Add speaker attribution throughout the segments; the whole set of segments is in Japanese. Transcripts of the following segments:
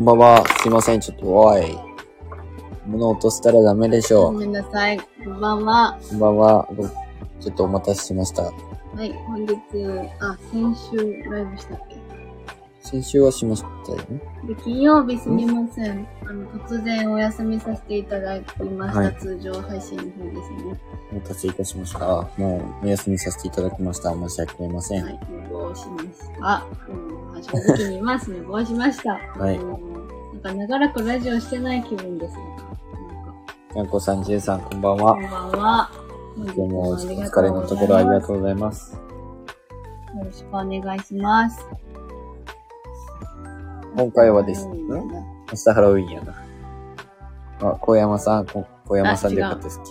Speaker 1: んばんは。すいません。ちょっと、おい。物落としたらダメでし
Speaker 2: ご
Speaker 1: ょ
Speaker 2: めんなさい。こんばんは。
Speaker 1: う。こんばんは。ごちょっとお待たせしました。
Speaker 2: はい、本日、あ、先週ライブしたっけ
Speaker 1: 先週はしましたよね。
Speaker 2: で、金曜日すみません。あの、突然お休みさせていただきました。
Speaker 1: はい
Speaker 2: 通常配信の方ですね。
Speaker 1: お待たせいたしました。もう、お休みさせていただきました。申し訳ありません。
Speaker 2: はい、寝坊しました。うん、正直に言います。寝坊しました。
Speaker 1: はい
Speaker 2: うんなんか長らくラジオしてない気分ですね。なん
Speaker 1: にゃんこさん、じゅうさん、こんばん
Speaker 2: か
Speaker 1: は
Speaker 2: こ。んばんは。本日
Speaker 1: どうも、お
Speaker 2: ありが
Speaker 1: 疲
Speaker 2: と
Speaker 1: れ
Speaker 2: うご
Speaker 1: のと
Speaker 2: ざい
Speaker 1: ころあり
Speaker 2: ま
Speaker 1: が
Speaker 2: す
Speaker 1: とうございます。
Speaker 2: よろしくお願いします。
Speaker 1: 今回はですね
Speaker 2: ね。
Speaker 1: 明日ハロウィンやな。あ、小山さん、こ小山さんでよかったですっ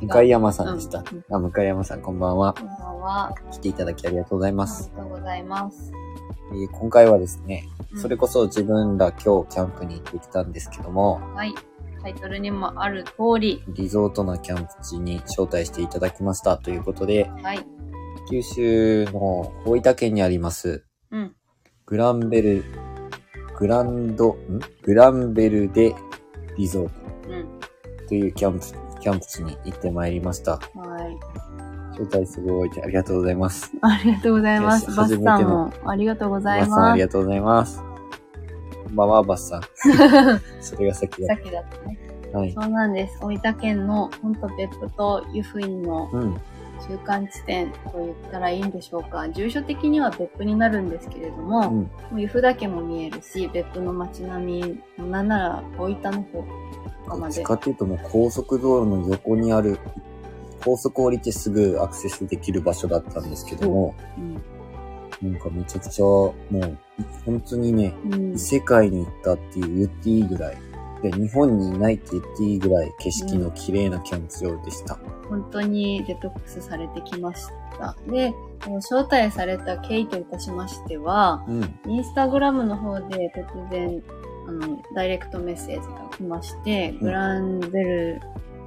Speaker 1: け
Speaker 2: 違う
Speaker 1: 向山さんでした
Speaker 2: うん。
Speaker 1: あ、向山さん、こんばんは
Speaker 2: こ。んばんは。
Speaker 1: 来ていただきありがとうござい
Speaker 2: あ
Speaker 1: ま
Speaker 2: り
Speaker 1: す。
Speaker 2: がとうございます。
Speaker 1: えー今回はですね、
Speaker 2: うん
Speaker 1: それこそ自分ら今日キャンプに行ってきたんですけども、
Speaker 2: はい。タイトルにもある通り。
Speaker 1: リゾートなキャンプ地に招待していただきましたということで、
Speaker 2: はい。
Speaker 1: 九州の大分県にあります、
Speaker 2: うん。
Speaker 1: グランベル、グランド、んグランベルデリゾー
Speaker 2: うん。
Speaker 1: トというキャンプ、キャンプ地に行ってまいりました。
Speaker 2: はい。
Speaker 1: 招待すごいてありがとうございます。
Speaker 2: ありがとうございます。
Speaker 1: よし
Speaker 2: バスさ
Speaker 1: 初め
Speaker 2: ん
Speaker 1: ての
Speaker 2: もありがとうござ
Speaker 1: バ
Speaker 2: い
Speaker 1: ッさんあ
Speaker 2: ま
Speaker 1: り
Speaker 2: す。
Speaker 1: がとうございます。こんばんは、バッ さん。それが先
Speaker 2: さ
Speaker 1: だ。
Speaker 2: っきだったね。
Speaker 1: はい。
Speaker 2: そうなんです。大分県の本と別府と湯布院の
Speaker 1: うん。
Speaker 2: 中間地点と言ったらいいんでしょうか。住所的には別府になるんですけれども、
Speaker 1: うん。
Speaker 2: もう湯布岳も見えるし、別府の街並み、なんなら大分の方とか
Speaker 1: ど
Speaker 2: ま
Speaker 1: っち
Speaker 2: で。
Speaker 1: かっていうともう高速道路の横にある、高速降りてすぐアクセスできる場所だったんですけども、
Speaker 2: うん
Speaker 1: なんかめちゃくちゃ、もう、本当にね、
Speaker 2: うん
Speaker 1: 異世界に行ったっていう言っていいぐらい。で、日本にいないって言っていいぐらい景色の綺麗なキャンプ場でした。
Speaker 2: 本当にデトックスされてきました。で、この招待された経緯といたしましては、
Speaker 1: うん。
Speaker 2: インスタグラムの方で突然、あの、ダイレクトメッセージが来まして、グランベル、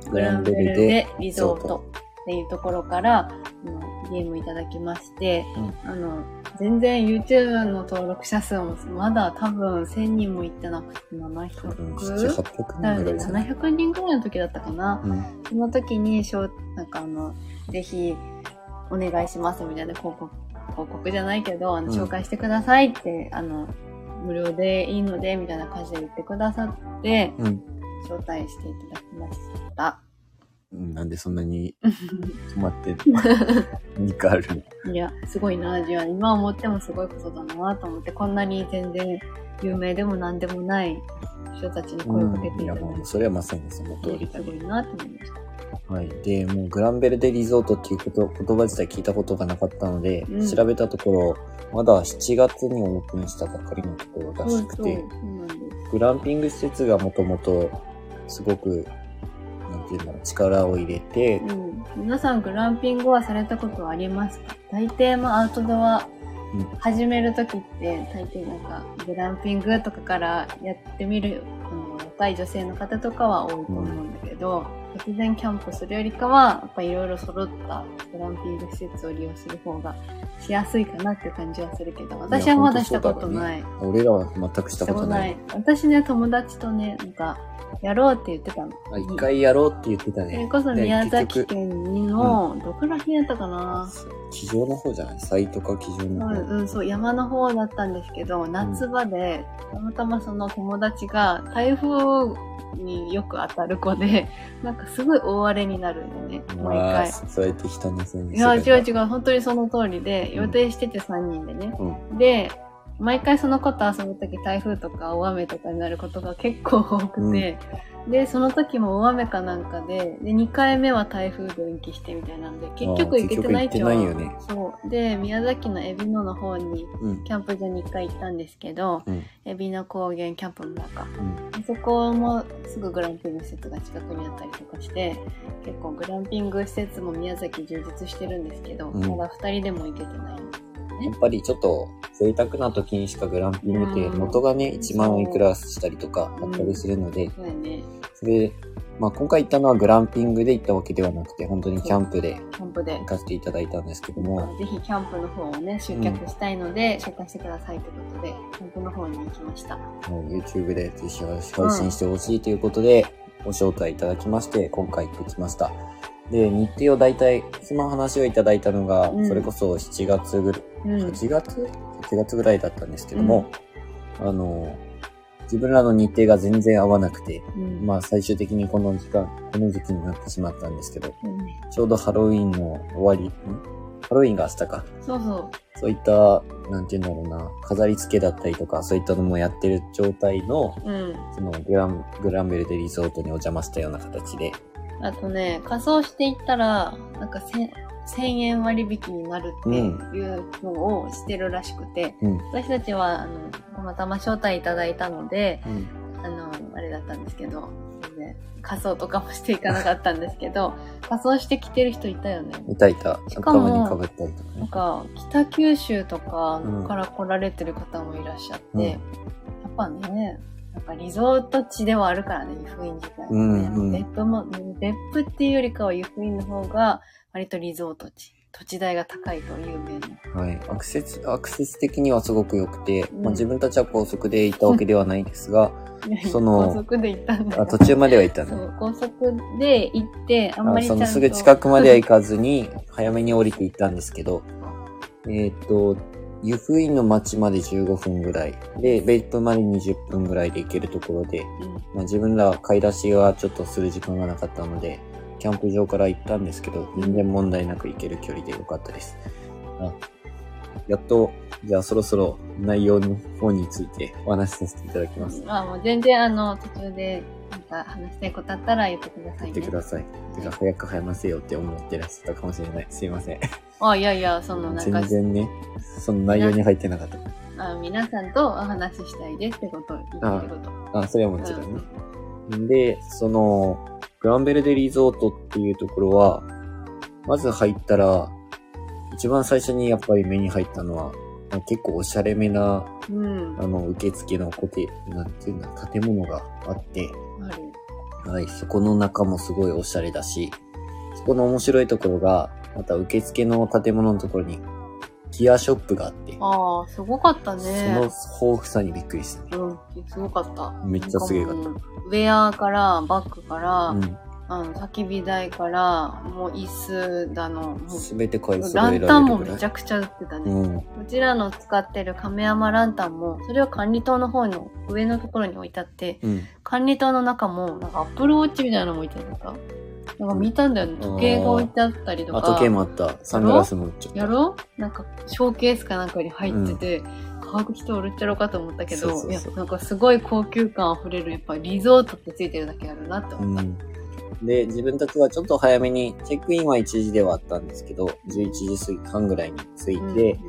Speaker 1: グランベル
Speaker 2: で
Speaker 1: で
Speaker 2: リゾートっていうところから、あの DM いただきまして、
Speaker 1: う
Speaker 2: あの、全然 YouTube の登録者数もまだ多分1000人もいってなくて
Speaker 1: 多分7、
Speaker 2: 700、
Speaker 1: 800人ぐ
Speaker 2: だ
Speaker 1: ら
Speaker 2: よ
Speaker 1: い
Speaker 2: ね
Speaker 1: ですね。
Speaker 2: 700人ぐらいの時だったかな。
Speaker 1: うん。
Speaker 2: その時に、しょうなんかあの、ぜひ、お願いしますみたいな広告、広告じゃないけど、あの、
Speaker 1: うん
Speaker 2: 紹介してくださいって、あの、無料でいいので、みたいな感じで言ってくださって、
Speaker 1: うん。
Speaker 2: 招待していただきました。
Speaker 1: うんなんでそんな に止まってる2回あるの
Speaker 2: いや、すごいな、じゃあ、今思ってもすごいことだなと思って、こんなに全然有名でも何でもない人たちに声をかけて
Speaker 1: い
Speaker 2: いた
Speaker 1: や
Speaker 2: だいて、
Speaker 1: もうそれはまさにその通りだ
Speaker 2: すごいなと思いました。
Speaker 1: はい。で、もうグランベルデリゾートっていうこと、言葉自体聞いたことがなかったので、
Speaker 2: うん
Speaker 1: 調べたところ、まだ7月にオープンしたばかりのところらし
Speaker 2: そうそう、
Speaker 1: く
Speaker 2: そう
Speaker 1: て、
Speaker 2: なんです。
Speaker 1: グランピング施設がもともと、すごく、なんていうんだろう、力を入れて、
Speaker 2: うん、皆さんグランピングはされたことはありますか大抵まあアウトドア
Speaker 1: うん
Speaker 2: 始めるときって大抵なんかグランピングとかからやってみるあの若い女性の方とかは多いと思うんだけど、突然キャンプするよりかはやっぱいろいろ揃ったグランピング施設を利用する方がしやすいかなっていう感じはするけど私はまだしたことない。
Speaker 1: 俺らは全くしたことない。
Speaker 2: 私ね友達とねなんかやろうって言ってたの。
Speaker 1: あ一回やろうって言ってた
Speaker 2: それ
Speaker 1: ね。
Speaker 2: こそ
Speaker 1: ね
Speaker 2: 宮
Speaker 1: 結
Speaker 2: 崎
Speaker 1: 局
Speaker 2: 県の、どこら辺やったかな、
Speaker 1: 地上の方じゃないサイトか地上
Speaker 2: う
Speaker 1: の
Speaker 2: ん、
Speaker 1: 方。
Speaker 2: うん、そう、山の方だったんですけど、夏場で、たまたまその友達が台風によく当たる子で、なんかすごい大荒れになるんでね、毎
Speaker 1: まあ、
Speaker 2: 回。
Speaker 1: そうやって人のせいに
Speaker 2: いや、
Speaker 1: する
Speaker 2: 違うん
Speaker 1: だ
Speaker 2: 違う、本当にその通りで、
Speaker 1: うん
Speaker 2: 予定してて3人でね。
Speaker 1: うん。
Speaker 2: で、毎回その子と遊ぶとき台風とか大雨とかになることが結構多くて、で、その時も大雨かなんかで、で、2回目は台風で延期してみたいなんで、結局行けてないっちゃ
Speaker 1: あー結局行ってないよね
Speaker 2: そう。で、宮崎の海老野の方に
Speaker 1: うん。
Speaker 2: キャンプ場に1回行ったんですけど、
Speaker 1: うん。
Speaker 2: 海老野高原キャンプの中。
Speaker 1: うん。
Speaker 2: そこもすぐグランピング施設が近くにあったりとかして、結構グランピング施設も宮崎充実してるんですけど、
Speaker 1: うん
Speaker 2: まだ2人でも行けてないんです
Speaker 1: やっぱりちょっと贅沢な時にしかグランピングって元がね、
Speaker 2: うん
Speaker 1: 1万いくらしたりとかあったりするので、
Speaker 2: よね。
Speaker 1: それまあ今回行ったのはグランピングで行ったわけではなくて、本当にキャンプで
Speaker 2: キャンプで
Speaker 1: 行。かせていただいたんですけども、
Speaker 2: ぜひキャンプの方をね、集客したいので、紹介してくださいということで、キャンプの方に行きました。
Speaker 1: もう YouTube でぜひ配信してほしいということで、ご招待いただきまして、今回行ってきました。で、日程を大体、今話をいただいたのが、
Speaker 2: うん
Speaker 1: それこそ7月ぐらい、
Speaker 2: うん。
Speaker 1: 8月 ?8 月ぐらいだったんですけども、あの、自分らの日程が全然合わなくて、
Speaker 2: うん。
Speaker 1: まあ最終的にこの時間、この時期になってしまったんですけど、
Speaker 2: うん
Speaker 1: ちょうどハロウィンの終わり、んハロウィンが明日か。
Speaker 2: そうそ
Speaker 1: そういった、なんて言うんだろうな、飾り付けだったりとか、そういったのもやってる状態の、
Speaker 2: う。うん。
Speaker 1: そのグラン、グランベルデリゾートにお邪魔したような形で、
Speaker 2: あとね、仮装していったら、なんか1000 1000円割引になるっていうのをしてるらしくて、
Speaker 1: うん
Speaker 2: 私たちは、あの、たまたま招待いただいたので、
Speaker 1: うん、
Speaker 2: あの、あれだったんですけど、全然仮装とかもしていかなかったんですけど、仮装してきてる人いたよね。
Speaker 1: いたいた、
Speaker 2: しかも
Speaker 1: 頭にかぶったりとか
Speaker 2: なん
Speaker 1: ね。
Speaker 2: か、北九州とか
Speaker 1: うん
Speaker 2: から来られてる方もいらっしゃって、
Speaker 1: うん
Speaker 2: やっぱね、なんかリゾート地ではあるからね、湯布院自体はね。
Speaker 1: うんうん
Speaker 2: 別府も、別府っていうよりかは湯布院の方が、割とリゾート地。土地代が高いと有名な。
Speaker 1: はい。アクセス、アクセス的にはすごく良くて、
Speaker 2: うん
Speaker 1: まあ自分たちは高速で行ったわけではないんですが、その
Speaker 2: 高速で行ったんだ
Speaker 1: あ途中までは行った
Speaker 2: そ
Speaker 1: ね。
Speaker 2: う、高速で行って、あんま
Speaker 1: あ
Speaker 2: りちゃ
Speaker 1: そ
Speaker 2: ん
Speaker 1: の
Speaker 2: と。
Speaker 1: すぐ近くまでは行かずに、早めに降りて行ったんですけど、えっ、と、湯布院の町まで15分ぐらい、で、別府まで20分ぐらいで行けるところで、
Speaker 2: うん
Speaker 1: まあ、自分ら買い出しはちょっとする時間がなかったので、キャンプ場から行ったんですけど、全然問題なく行ける距離でよかったです。あやっと、じゃあそろそろ内容の方についてお話しさせていただきます。
Speaker 2: まあ、もう全然あの、途中で、なんか話したいことあったら言ってください
Speaker 1: 言
Speaker 2: ね。
Speaker 1: ってください。てか、早く早ませよって思ってらっしゃったかもしれない。すいません。
Speaker 2: あ、いやいや、その、なんか
Speaker 1: 全、然ね、その内容に入ってなかった。
Speaker 2: あ皆さんとお話ししたいですってことを言ってること。
Speaker 1: あ、それはもちろんね。で、その、グランベルデリゾートっていうところは、まず入ったら、一番最初にやっぱり目に入ったのは、あ結構おしゃれめな、
Speaker 2: うん。
Speaker 1: あの、受付のコテ、なんていうんだ、建物があって、
Speaker 2: ある。
Speaker 1: はい、そこの中もすごいおしゃれだし、そこの面白いところが、また受付の建物のところに、ギアショップがあって、
Speaker 2: ああ、すごかった
Speaker 1: そ
Speaker 2: ね
Speaker 1: の。豊富さにびっくりしたね。
Speaker 2: うん、すごかった。
Speaker 1: めっちゃすげえかった
Speaker 2: なんもうウェアから、バッグから、
Speaker 1: うん。
Speaker 2: あの、焚き火台から、もう椅子だの、も、
Speaker 1: すべて買いう揃
Speaker 2: ラ
Speaker 1: えられる
Speaker 2: ン
Speaker 1: ぐ
Speaker 2: タ
Speaker 1: ら
Speaker 2: ン
Speaker 1: い。
Speaker 2: もめちゃくちゃ売ってたね。
Speaker 1: うん。
Speaker 2: うちらの使ってる亀山ランタンも、それは管理棟の方の上のところに置いてあって、
Speaker 1: うん。
Speaker 2: 管理棟の中も、なんかアップルウォッチみたいなのも置いてなかったなんか見たんだよね。時計が置いてあったりとか。
Speaker 1: あ、時計もあった。サングラスも売っちゃった。
Speaker 2: やろなんか、ショーケースかなんかに入ってて、乾く人おるっちゃろうかと思ったけ
Speaker 1: そ
Speaker 2: ど、
Speaker 1: うそうそう
Speaker 2: いや、なんかすごい高級感あふれる、やっぱリゾートってついてるだけあるなって
Speaker 1: う
Speaker 2: 思った。
Speaker 1: ん。で、自分たちはちょっと早めに、チェックインは1時ではあったんですけど、11時過ぎ半ぐらいに着いて、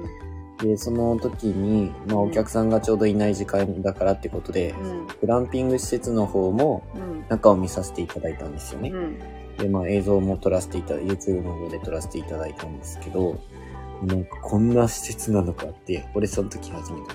Speaker 1: で、その時に、まあ
Speaker 2: うん
Speaker 1: お客さんがちょうどいない時間だからってことで
Speaker 2: う、ん、
Speaker 1: グランピング施設の方も
Speaker 2: うん、
Speaker 1: 中を見させていただいたんですよ
Speaker 2: う
Speaker 1: ね。
Speaker 2: ん、
Speaker 1: で、まあ映像も撮らせていただ、YouTube の方で撮らせていただいたんですけど、なんかこんな施設なのかって、俺その時初めて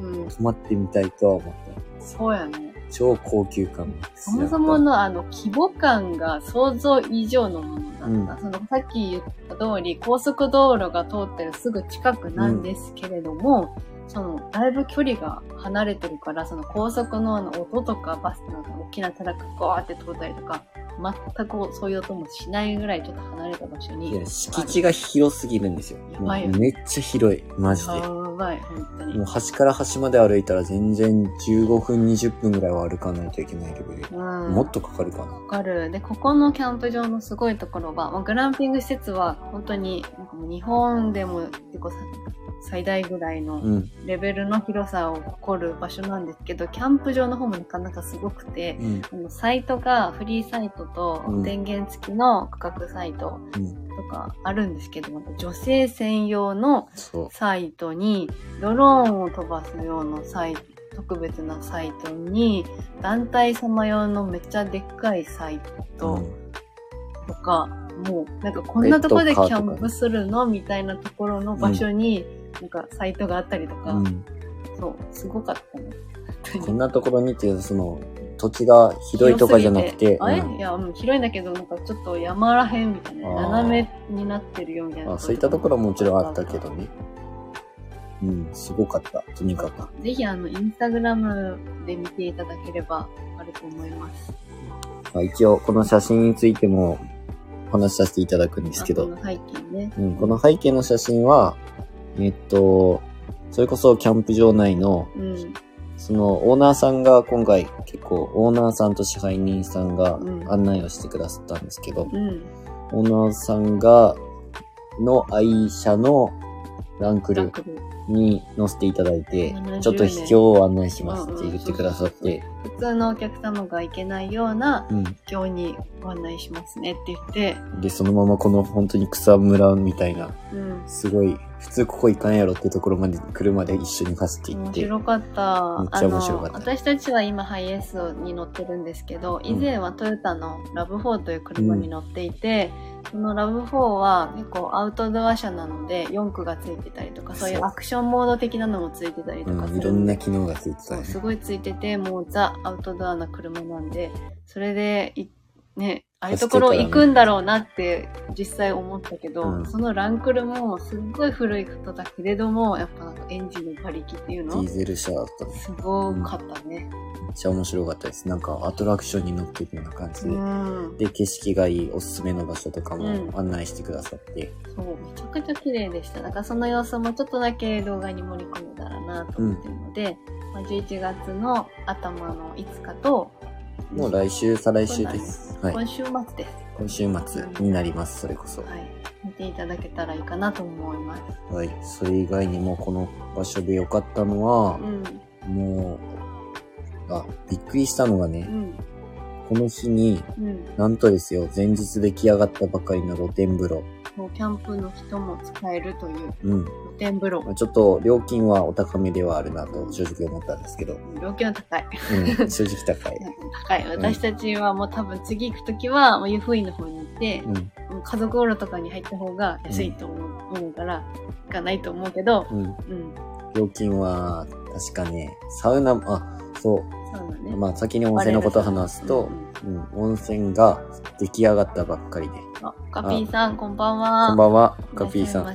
Speaker 2: うん、うん、
Speaker 1: 泊まってみたいとは思った。
Speaker 2: そうやね。
Speaker 1: 超高級感が
Speaker 2: そもそものあの規模感が想像以上のものだった。そのさっき言った通り高速道路が通ってるすぐ近くなんですけれども、そのだいぶ距離が離れてるから、その高速のあの音とかバスの大きなトラックがゴーって通ったりとか、全くそういう音もしないぐらいちょっと離れた場所
Speaker 1: いや
Speaker 2: に。
Speaker 1: 敷地が広すぎるんですよ。
Speaker 2: やばいよ
Speaker 1: もうめっちゃ広い、マジで。
Speaker 2: やばい、本当に。
Speaker 1: もう端から端まで歩いたら全然15分、20分ぐらいは歩かないといけないレベル。
Speaker 2: うん
Speaker 1: もっとかかるかな。
Speaker 2: わかる。で、ここのキャンプ場のすごいところは、まあ、グランピング施設は本当になんかもう日本でも結構さ最大ぐらいの
Speaker 1: うん。
Speaker 2: レベルの広さを誇る場所なんですけど、キャンプ場の方もなかなかすごくて、
Speaker 1: うん。
Speaker 2: あのサイトがフリーサイトと
Speaker 1: うん
Speaker 2: 電源付きの価格サイト
Speaker 1: うん。
Speaker 2: とかあるんですけど、また女性専用の
Speaker 1: そ
Speaker 2: サイトに、ドローンを飛ばす用のサイト、特別なサイトに、団体様用のめっちゃでっかいサイ
Speaker 1: う。
Speaker 2: ト
Speaker 1: ん
Speaker 2: とか、もう、なんかこんなとこで
Speaker 1: レッド
Speaker 2: キ
Speaker 1: カーとか
Speaker 2: ャ
Speaker 1: ね
Speaker 2: ンプするのみたいなところの場所に、なんかサイトがあったりとか、
Speaker 1: うん。
Speaker 2: そう、すごかったね。
Speaker 1: こんなところにっていう、その、土地がひどいとかじゃなくて、
Speaker 2: あえ、
Speaker 1: うん
Speaker 2: いや、うん、広いんだけど、なんかちょっと山らへんみたいな、
Speaker 1: あー
Speaker 2: 斜めになってるよみたいな。
Speaker 1: あそういったところももちろんあったけどね。うん、すごかった。とにかく。
Speaker 2: ぜひ、あの、インスタグラムで見ていただければ、あると思います。
Speaker 1: まあ、一応、この写真についてもお話しさせていただくんですけ
Speaker 2: あ
Speaker 1: ど
Speaker 2: こ、の背景ね。
Speaker 1: うん、この背景の写真は、えっと、それこそキャンプ場内の、
Speaker 2: うん。
Speaker 1: そのオーナーさんが今回結構オーナーさんと支配人さんが
Speaker 2: うん
Speaker 1: 案内をしてくださったんですけど、
Speaker 2: うん。
Speaker 1: オーナーさんが、の愛車のランクル
Speaker 2: 楽で
Speaker 1: に乗せていただいて
Speaker 2: 70、
Speaker 1: ちょっと秘境を案内しますって言ってくださって、
Speaker 2: 普通のお客様が行けないような
Speaker 1: うん。
Speaker 2: 今日にご案内しますねって言って、
Speaker 1: で、そのままこの本当に草むらみたいな、
Speaker 2: うん。
Speaker 1: すごい、普通ここ行かんやろってところまで車で一緒に走って行っ
Speaker 2: 面
Speaker 1: て、
Speaker 2: 白かった。
Speaker 1: めっちゃ面白かった
Speaker 2: あの私たちは今ハイエースに乗ってるんですけど、以前はトヨタのラブ4という車に乗っていて、そのラブ4は結構アウトドア車なので四駆がついてたりとか、そういう
Speaker 1: そう
Speaker 2: アクションモード的なのもついてたりとか
Speaker 1: う
Speaker 2: す
Speaker 1: ん、い
Speaker 2: る
Speaker 1: ろんな機能がついてた
Speaker 2: そう
Speaker 1: ね
Speaker 2: す。ごいついててもうザ・アウトドアな車なんでそれでいねああいうところ
Speaker 1: 走っ
Speaker 2: 行
Speaker 1: てたらね
Speaker 2: くんだろうなって実際思ったけど、
Speaker 1: うん
Speaker 2: そのランクルもすっごい古いことだけれどもやっぱなんかエンジンの馬力っていう
Speaker 1: デ
Speaker 2: の
Speaker 1: ィーゼル車だったの。め
Speaker 2: すごかったね。
Speaker 1: っちゃ面白かったです。なんかアトラクションに乗ってるような感じ
Speaker 2: う
Speaker 1: で。で、
Speaker 2: ん、
Speaker 1: 景色がいいおすすめの場所とか
Speaker 2: うん
Speaker 1: も案内してくださって。
Speaker 2: そうめちゃくちゃ綺麗でした。だからその様子もちょっとだけ動画に盛り込めたらなと思ってるので、まあ、11月の頭の5日と、
Speaker 1: もう来週、再来週です。はい。
Speaker 2: 今週末です。
Speaker 1: 今週末になります、それこそ。
Speaker 2: はい、見ていただけたらいいかなと思います。
Speaker 1: はい。それ以外にもこの場所で良かったのは
Speaker 2: う、ん、
Speaker 1: もう、あ、びっくりしたのがね
Speaker 2: う、ん、
Speaker 1: この日に、
Speaker 2: うん。
Speaker 1: なんとですよ、前日出来上がったばかりの露天風呂。
Speaker 2: もうキャンプの人も使えるという
Speaker 1: うん。
Speaker 2: 露天風呂
Speaker 1: ま。あちょっと料金はお高めではあるなと正直思ったんですけど、
Speaker 2: 料金は高い。
Speaker 1: うん、正直高い。
Speaker 2: 高い。私たちはもう多分次行くときは、もう湯布院の方に行って、
Speaker 1: うん、
Speaker 2: もう家族おろとかに入った方が安いと思う,、から、行かないと思うけど、
Speaker 1: うん。
Speaker 2: うん。
Speaker 1: 料金は、確かね、サウナ、あ、そ
Speaker 2: そうだ
Speaker 1: う、
Speaker 2: ね。
Speaker 1: まあ先に温泉のことを話すと
Speaker 2: うん、うん
Speaker 1: うん、温泉が出来上がったばっかりで。
Speaker 2: あ、カピーさん、こんばんは。
Speaker 1: こんば
Speaker 2: ん
Speaker 1: んは、カピーさん。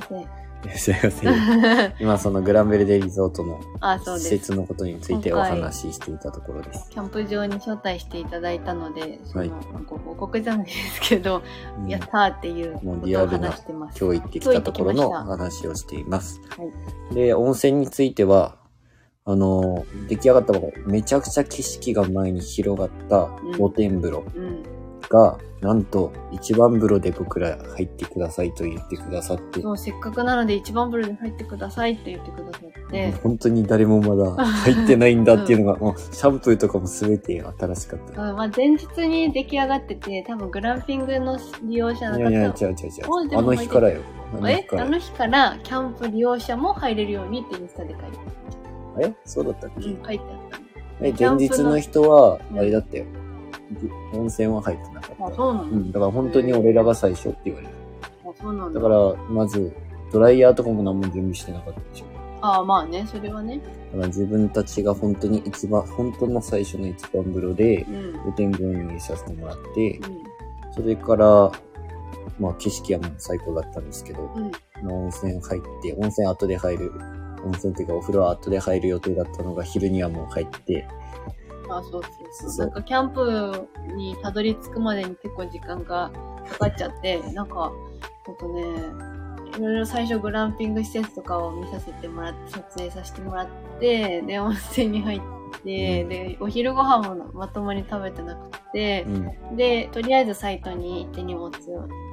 Speaker 2: いらっしゃい
Speaker 1: いらっしゃいませ。
Speaker 2: ませ。
Speaker 1: 今そのグランベルデリゾートの
Speaker 2: あ、そうで
Speaker 1: 施
Speaker 2: す。
Speaker 1: 設のことについてお話ししていたところです。
Speaker 2: キャンプ場に招待していただいたので、その、
Speaker 1: はい
Speaker 2: ご報告じゃないですけど、
Speaker 1: うん
Speaker 2: やったーっていうこ
Speaker 1: もうリ
Speaker 2: と
Speaker 1: ア
Speaker 2: を
Speaker 1: ルな
Speaker 2: 話してます。
Speaker 1: 今日行ってきたところの
Speaker 2: 今日行って
Speaker 1: 話をしています。
Speaker 2: きました
Speaker 1: で、温泉については、あの、出来上がったばかり、めちゃくちゃ景色が前に広がった
Speaker 2: うん
Speaker 1: 露天風呂
Speaker 2: はい。うん。
Speaker 1: が、なんと一番風呂で僕ら入ってくださいと言ってくださって、
Speaker 2: そう、せっかくなので一番風呂に入ってくださいって言ってくださって、
Speaker 1: 本当に誰もまだ 入ってないんだっていうのが、もうシャンプーとかも全て新しかっ
Speaker 2: うん
Speaker 1: た。
Speaker 2: まあ、前日に出来上がってて、多分グランピングの利用者の
Speaker 1: い
Speaker 2: 方
Speaker 1: やいや、違う
Speaker 2: も、
Speaker 1: 違う
Speaker 2: もう
Speaker 1: 違
Speaker 2: で
Speaker 1: う。あ
Speaker 2: も
Speaker 1: の日からよ。あの日
Speaker 2: え
Speaker 1: か
Speaker 2: あ
Speaker 1: ら。
Speaker 2: の日からキャンプ利用者も入れるようにってインスタで書いて
Speaker 1: えそうだったっ
Speaker 2: ある、
Speaker 1: け
Speaker 2: うん、書いてあっ
Speaker 1: え、
Speaker 2: キャ
Speaker 1: 前
Speaker 2: ンプの
Speaker 1: 日の人は、
Speaker 2: うん
Speaker 1: あれだったよ。温泉は入ってなか
Speaker 2: た。あ、
Speaker 1: った。
Speaker 2: そうなの、
Speaker 1: うん、だから本当に俺らが最初って言われた。
Speaker 2: あ、そうなの
Speaker 1: だから、まず、ドライヤーとかも何も準備してなかったでしょ。
Speaker 2: あ、まあね、それはね。
Speaker 1: だから自分たちが本当に一番、本当の最初の一番風呂で
Speaker 2: う、ん。うん。
Speaker 1: 露天風呂に入れさせてもらって、それから、まあ景色はもう最高だったんですけど、
Speaker 2: うん。
Speaker 1: まあ温泉入って、温泉後で入る、温泉っていうかお風呂は後で入る予定だったのが昼にはもう入って、
Speaker 2: あ、そうそうそう。
Speaker 1: そう
Speaker 2: なんかキャンプにたどり着くまでに結構時間がかかっちゃって、なんか、ほんとね、いろいろ最初グランピング施設とかを見させてもらって、撮影させてもらって、で、温泉に入って、
Speaker 1: うん
Speaker 2: で、お昼ご飯もまともに食べてなくて
Speaker 1: う、ん、
Speaker 2: で、とりあえずサイトに行って荷物を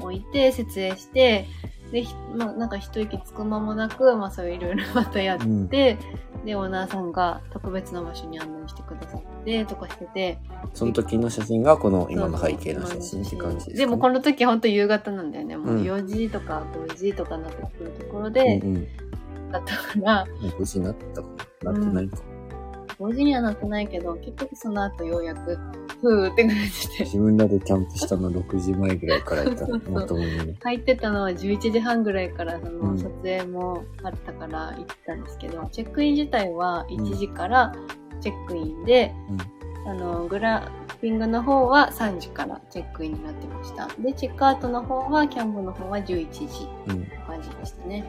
Speaker 2: 置いて、設営して、で、ひまあ、なんか一息つく間もなく、まあそういういろいろまたやっ
Speaker 1: うん
Speaker 2: で、で、オーナーさんが特別な場所に案内してくださって、とかしてて。
Speaker 1: その時の写真がこの今の背景の写真って感じですかね、
Speaker 2: でもこの時ほんと夕方なんだよね。もううん4時とか5時とかなってくるところ
Speaker 1: うん
Speaker 2: で、
Speaker 1: うん。
Speaker 2: だったから、
Speaker 1: 無事になったかななってないか。
Speaker 2: 5時にはなってないけど、結局その後ようやく、ふーって感じで。
Speaker 1: 自分らでキャンプしたの6時前ぐらいからやったら、まともにね。
Speaker 2: 入ってたのは11時半ぐらいからそうの
Speaker 1: ん
Speaker 2: 撮影もあったから行ってたんですけど、チェックイン自体は1時からチェックインで、
Speaker 1: うん
Speaker 2: あの、グランピングの方は3時からチェックインになってました。で、チェックアウトの方は、キャンプの方は11時って
Speaker 1: うん。
Speaker 2: 感じでしたね。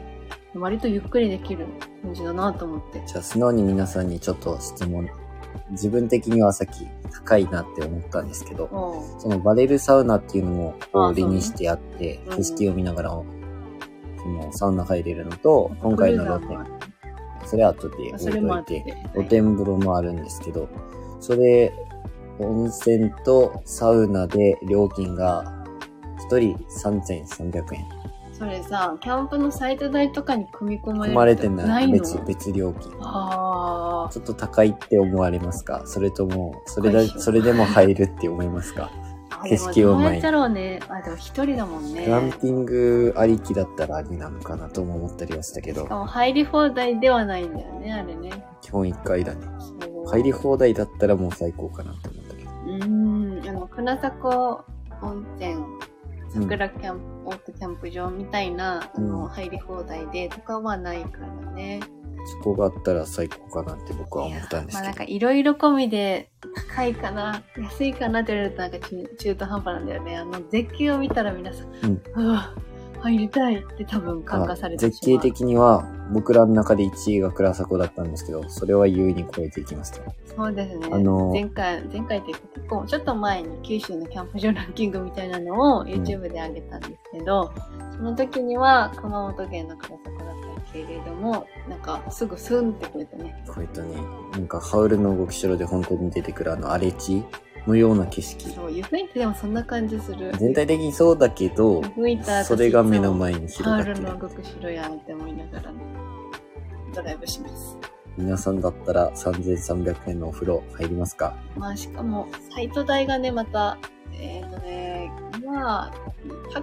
Speaker 2: 割とゆっくりできる感じだなと思って。
Speaker 1: じゃあ、素直に皆さんにちょっと質問。自分的にはさっき高いなって思ったんですけど、
Speaker 2: おう
Speaker 1: そのバレルサウナっていうのも
Speaker 2: ああ
Speaker 1: 氷にしてあって、
Speaker 2: そうね
Speaker 1: 景色を見ながら、そのサウナ入れるのと、今回の露
Speaker 2: クルーザーもあ
Speaker 1: 天、
Speaker 2: る
Speaker 1: それ後で
Speaker 2: あ
Speaker 1: 置
Speaker 2: そ
Speaker 1: い
Speaker 2: れもあっ
Speaker 1: と
Speaker 2: て
Speaker 1: いて、露天風呂もあるんですけど、それ、温泉とサウナで料金が1人3300円。
Speaker 2: それさ、キャンプのサイト代とかに組み込まれ
Speaker 1: 組まれて
Speaker 2: な
Speaker 1: ない
Speaker 2: いの
Speaker 1: 別、別料金。
Speaker 2: あ
Speaker 1: ちょっと高いって思われますかそれとも、それ
Speaker 2: 高
Speaker 1: だ、
Speaker 2: いっしょ
Speaker 1: それでも入るって思います か
Speaker 2: あ。
Speaker 1: 景色を
Speaker 2: でもどう
Speaker 1: 前
Speaker 2: や
Speaker 1: に
Speaker 2: ったろうね。あ、でも一人だもんね。
Speaker 1: グランピングありきだったらありなのかなとも思ったりはしたけど
Speaker 2: しか、も入り放題ではないんだよね、あれね。
Speaker 1: 基本1回だね。
Speaker 2: そう
Speaker 1: 入り放題だったらもう最高かなと思ったけど。
Speaker 2: うーん、あの、船迫温泉、桜キャンプ、オートキャンプ場みたいな、あ
Speaker 1: う
Speaker 2: の、
Speaker 1: ん
Speaker 2: 入り放題でとかはないからね。
Speaker 1: そこがあったら最高かなって僕は思ったんで
Speaker 2: ますあ
Speaker 1: け
Speaker 2: なん
Speaker 1: ど
Speaker 2: か。いろいろ込みで、高いかな、 安いかなって言われるとなんか中中途半端なんだよね。あの、絶景を見たら皆さん、
Speaker 1: うん
Speaker 2: うわ、入りたいって多分感化されて
Speaker 1: 絶
Speaker 2: しま
Speaker 1: 景
Speaker 2: う。
Speaker 1: 的には僕らの中で1位が倉迫だったんですけど、それは優に超えていきました。
Speaker 2: そうですね。
Speaker 1: あの
Speaker 2: 前回、前回というか結構ちょっと前に九州のキャンプ場ランキングみたいなのを YouTube で上げたんですけど、その時には熊本県の倉坂だったけれども、なんかすぐスンってくれたね。
Speaker 1: こういったね、なんかハウルの動きしろで本当に出てくるあの荒れ地のような景色。
Speaker 2: そう、湯吹いてでもそんな感じする。
Speaker 1: 全体的にそうだけど
Speaker 2: 湯、吹いた
Speaker 1: それが目の前に
Speaker 2: に
Speaker 1: 広がって
Speaker 2: ハール
Speaker 1: る
Speaker 2: の。動く城やんって思いながらね、ドライブします。
Speaker 1: 皆さんだったら3300円のお風呂入りますか
Speaker 2: まあしかも、サイト代がね、また、えっ、とね、まあ、高っ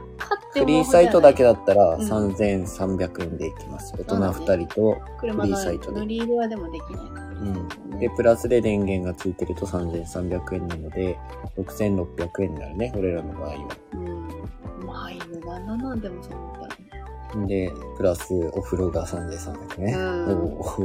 Speaker 2: て
Speaker 1: フ
Speaker 2: 思う
Speaker 1: リーサ
Speaker 2: ほどじゃない
Speaker 1: イトだけだったら
Speaker 2: うん
Speaker 1: 3300円でいきます。大人2人と、
Speaker 2: 車
Speaker 1: フリ
Speaker 2: の
Speaker 1: ーサイトで
Speaker 2: 乗り入れはでもできないから
Speaker 1: う
Speaker 2: ね
Speaker 1: ん。で、プラスで電源がついてると3300円なので、6600円になるね、俺らの場合は。
Speaker 2: うん。まあ、いい値段だな、でもそう思ったら。
Speaker 1: で、プラスお風呂が3300円。
Speaker 2: うん
Speaker 1: おー